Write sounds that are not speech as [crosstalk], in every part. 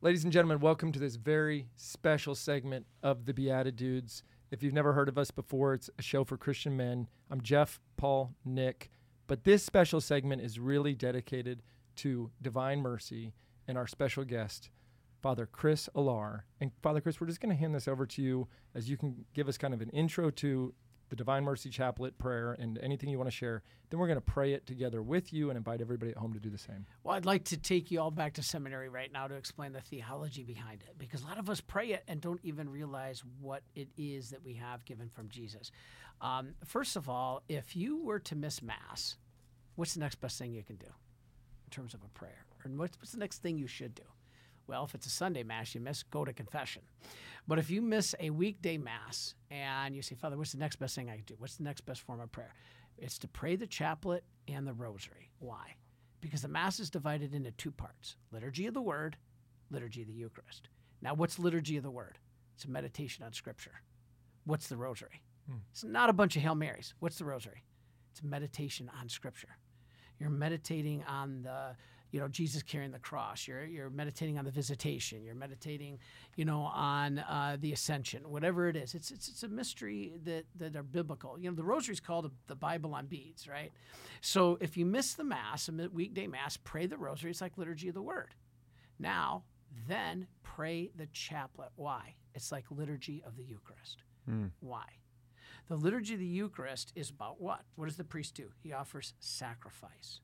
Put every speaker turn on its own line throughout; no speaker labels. Ladies and gentlemen, welcome to this very special segment of the Beatitudes. If you've never heard of us before, it's a show for Christian men. I'm Jeff, Paul, Nick, but this special segment is really dedicated to divine mercy and our special guest, Father Chris Alar. And Father Chris, we're just going to hand this over to you as you can give us kind of an intro to the Divine Mercy Chaplet prayer and anything you want to share. Then we're going to pray it together with you and invite everybody at home to do the same.
Well, I'd like to take you all back to seminary right now to explain the theology behind it because a lot of us pray it and don't even realize what it is that we have given from Jesus. Um, first of all, if you were to miss Mass, what's the next best thing you can do in terms of a prayer? And what's, what's the next thing you should do? Well, if it's a Sunday Mass you miss, go to confession. But if you miss a weekday Mass and you say, Father, what's the next best thing I can do? What's the next best form of prayer? It's to pray the chaplet and the rosary. Why? Because the Mass is divided into two parts liturgy of the Word, liturgy of the Eucharist. Now, what's liturgy of the Word? It's a meditation on Scripture. What's the rosary? It's not a bunch of Hail Marys. What's the rosary? It's meditation on Scripture. You're meditating on the, you know, Jesus carrying the cross. You're you're meditating on the visitation. You're meditating, you know, on uh, the ascension. Whatever it is, it's it's it's a mystery that that are biblical. You know, the rosary's called the Bible on beads, right? So if you miss the mass, a weekday mass, pray the rosary. It's like liturgy of the Word. Now, then pray the chaplet. Why? It's like liturgy of the Eucharist. Why? The liturgy of the Eucharist is about what? What does the priest do? He offers sacrifice.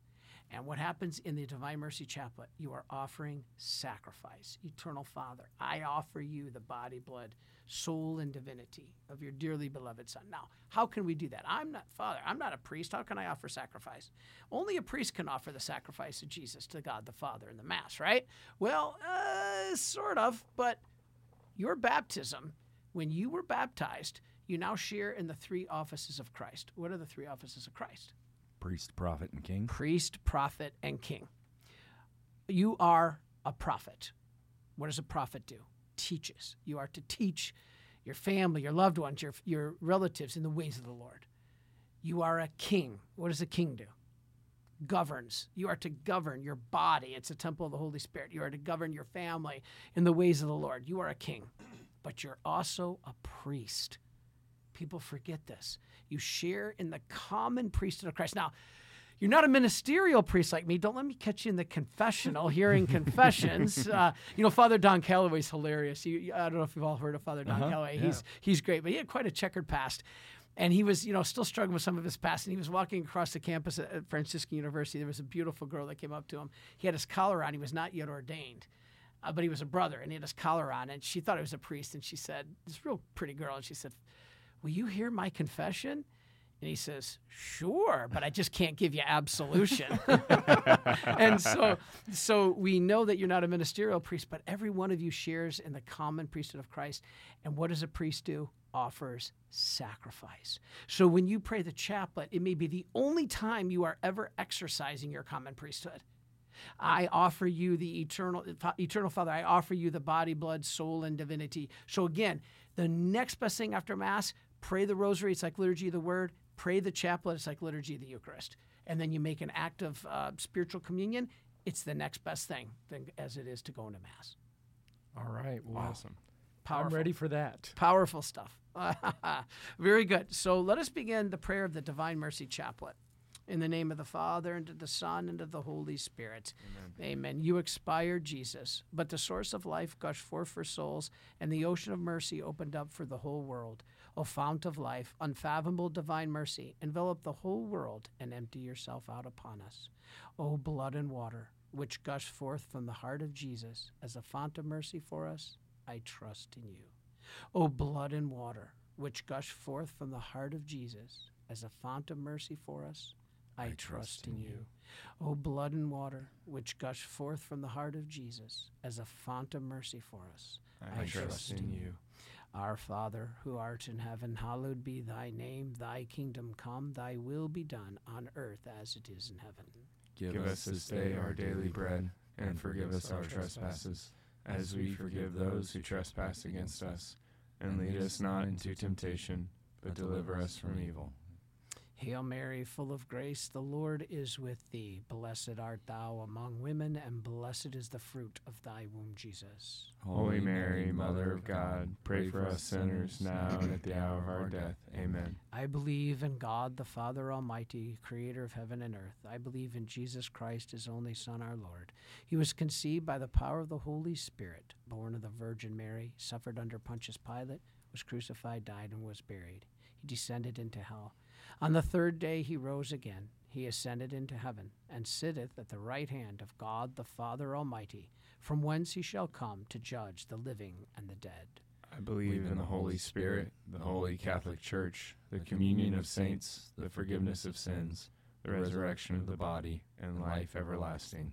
And what happens in the Divine Mercy Chaplet? You are offering sacrifice. Eternal Father, I offer you the body, blood, soul, and divinity of your dearly beloved Son. Now, how can we do that? I'm not Father. I'm not a priest. How can I offer sacrifice? Only a priest can offer the sacrifice of Jesus to God the Father in the Mass, right? Well, uh, sort of, but your baptism, when you were baptized, you now share in the three offices of Christ. What are the three offices of Christ?
Priest, prophet, and king.
Priest, prophet, and king. You are a prophet. What does a prophet do? Teaches. You are to teach your family, your loved ones, your, your relatives in the ways of the Lord. You are a king. What does a king do? governs. You are to govern your body. It's a temple of the Holy Spirit. You are to govern your family in the ways of the Lord. You are a king, but you're also a priest. People forget this. You share in the common priesthood of Christ. Now, you're not a ministerial priest like me. Don't let me catch you in the confessional hearing confessions. Uh, you know, Father Don Calloway's hilarious. You, I don't know if you've all heard of Father Don Calloway. He's he's great, but he had quite a checkered past. And he was, you know, still struggling with some of his past. And he was walking across the campus at- at Franciscan University. There was a beautiful girl that came up to him. He had his collar on. He was not yet ordained uh, but he was a brother and he had his collar on and she thought he was a priest and she said this real pretty girl and she said will you hear my confession and he says sure but i just can't give you absolution and so so we know that you're not a ministerial priest but every one of you shares in the common priesthood of christ and what does a priest do offers sacrifice so when you pray the chaplet it may be the only time you are ever exercising your common priesthood I offer you the eternal, eternal Father. I offer you the body, blood, soul, and divinity. So again, the next best thing after Mass, pray the Rosary. It's like liturgy of the Word. Pray the Chaplet. It's like liturgy of the Eucharist. And then you make an act of uh, spiritual communion. It's the next best thing than as it is to going to Mass.
All right. Well, awesome. I'm
Powerful.
ready for that.
Powerful stuff. [laughs] Very good. So let us begin the prayer of the Divine Mercy Chaplet. In the name of the Father, and of the Son, and of the Holy Spirit. Amen. You expired, Jesus, but the source of life gushed forth for souls, and the ocean of mercy opened up for the whole world. O fount of life, unfathomable divine mercy, envelop the whole world and empty yourself out upon us. O blood and water, which gush forth from the heart of Jesus as a font of mercy for us, I trust in you. O blood and water, which gush forth from the heart of Jesus as a font of mercy for us, I, trust, in you. O blood and water, which gush forth from the heart of Jesus as a font of mercy for us, I, trust in you. Our Father, who art in heaven, hallowed be thy name. Thy kingdom come, thy will be done on earth as it is in heaven.
Give us this day our daily bread, and forgive us our trespasses, as we forgive those who trespass against us. And lead us not into temptation, but deliver us from evil.
Hail Mary, full of grace, the Lord is with thee. Blessed art thou among women, and blessed is the fruit of thy womb, Jesus.
Holy Mary, Mother of God, pray for us sinners now and at the hour of our death. Amen.
I believe in God, the Father Almighty, creator of heaven and earth. I believe in Jesus Christ, his only Son, our Lord. He was conceived by the power of the Holy Spirit, born of the Virgin Mary, suffered under Pontius Pilate, was crucified, died, and was buried. He descended into hell. On the third day he rose again. He ascended into heaven, and sitteth at the right hand of God the Father Almighty, from whence he shall come to judge the living and the dead.
I believe in the Holy Spirit, the Holy Catholic Church, the communion of saints, the forgiveness of sins, the resurrection of the body, and life everlasting.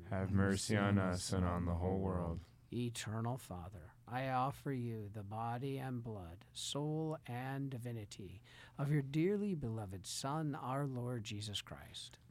Have mercy on us and on the whole world.
Eternal Father, I offer you the body and blood, soul and divinity of your dearly beloved Son, our Lord Jesus Christ,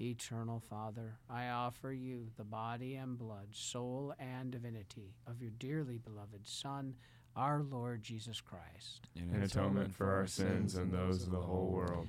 Eternal Father, I offer you the body and blood, soul and divinity of your dearly beloved Son, our Lord Jesus Christ,
In atonement for our sins and those of the whole world.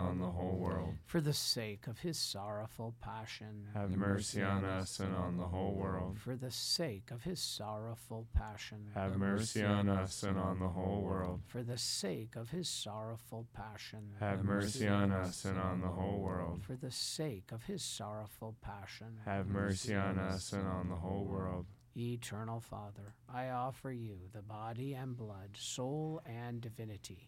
on the whole world.
for the sake of his sorrowful passion,
Have mercy on us and on the whole world.
for the sake of his sorrowful passion,
Have mercy on us and on the whole world.
for the sake of his sorrowful passion,
Have mercy on us and on the whole world.
for the sake of his sorrowful passion.
Have mercy on us and on the whole world.
Eternal Father, I offer you the body and blood, soul and divinity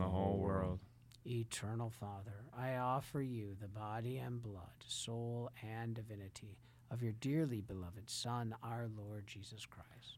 whole world.
Eternal Father, I offer you the body and blood, soul and divinity of your dearly beloved Son, our Lord Jesus Christ,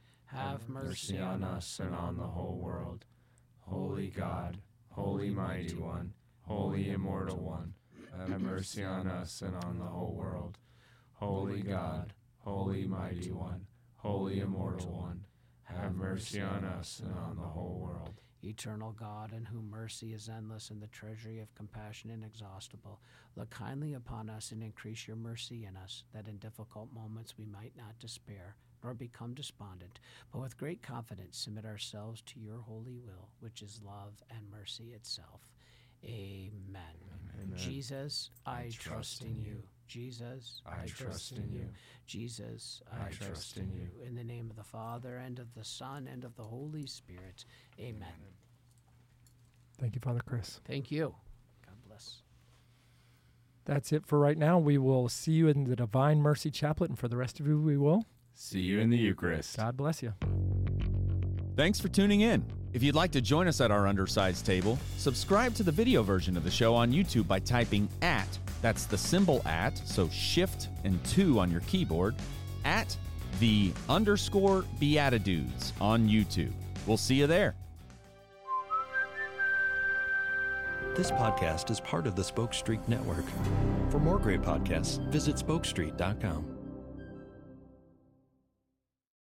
have mercy on us and on the whole world.
Holy God, Holy Mighty One, Holy Immortal One, have mercy on us and on the whole world. Holy God, Holy Mighty One, Holy Immortal One, have mercy on us and on the whole world.
Eternal God, in whom mercy is endless and the treasury of compassion inexhaustible, look kindly upon us and increase your mercy in us, that in difficult moments we might not despair nor become despondent, but with great confidence submit ourselves to your holy will, which is love and mercy itself. Amen. Jesus, I, trust in you. Jesus,
I trust in you.
Jesus,
I trust in you.
In the name of the Father, and of the Son, and of the Holy Spirit. Amen.
Thank you, Father Chris.
Thank you. God bless.
That's it for right now. We will see you in the Divine Mercy Chaplet, and for the rest of you, we will.
See you in the Eucharist.
God bless you.
Thanks for tuning in. If you'd like to join us at our undersized table, subscribe to the video version of the show on YouTube by typing at, that's the symbol at, so shift and two on your keyboard, at the underscore Beatitudes on YouTube. We'll see you there.
This podcast is part of the Spoke Street Network. For more great podcasts, visit spokestreet.com.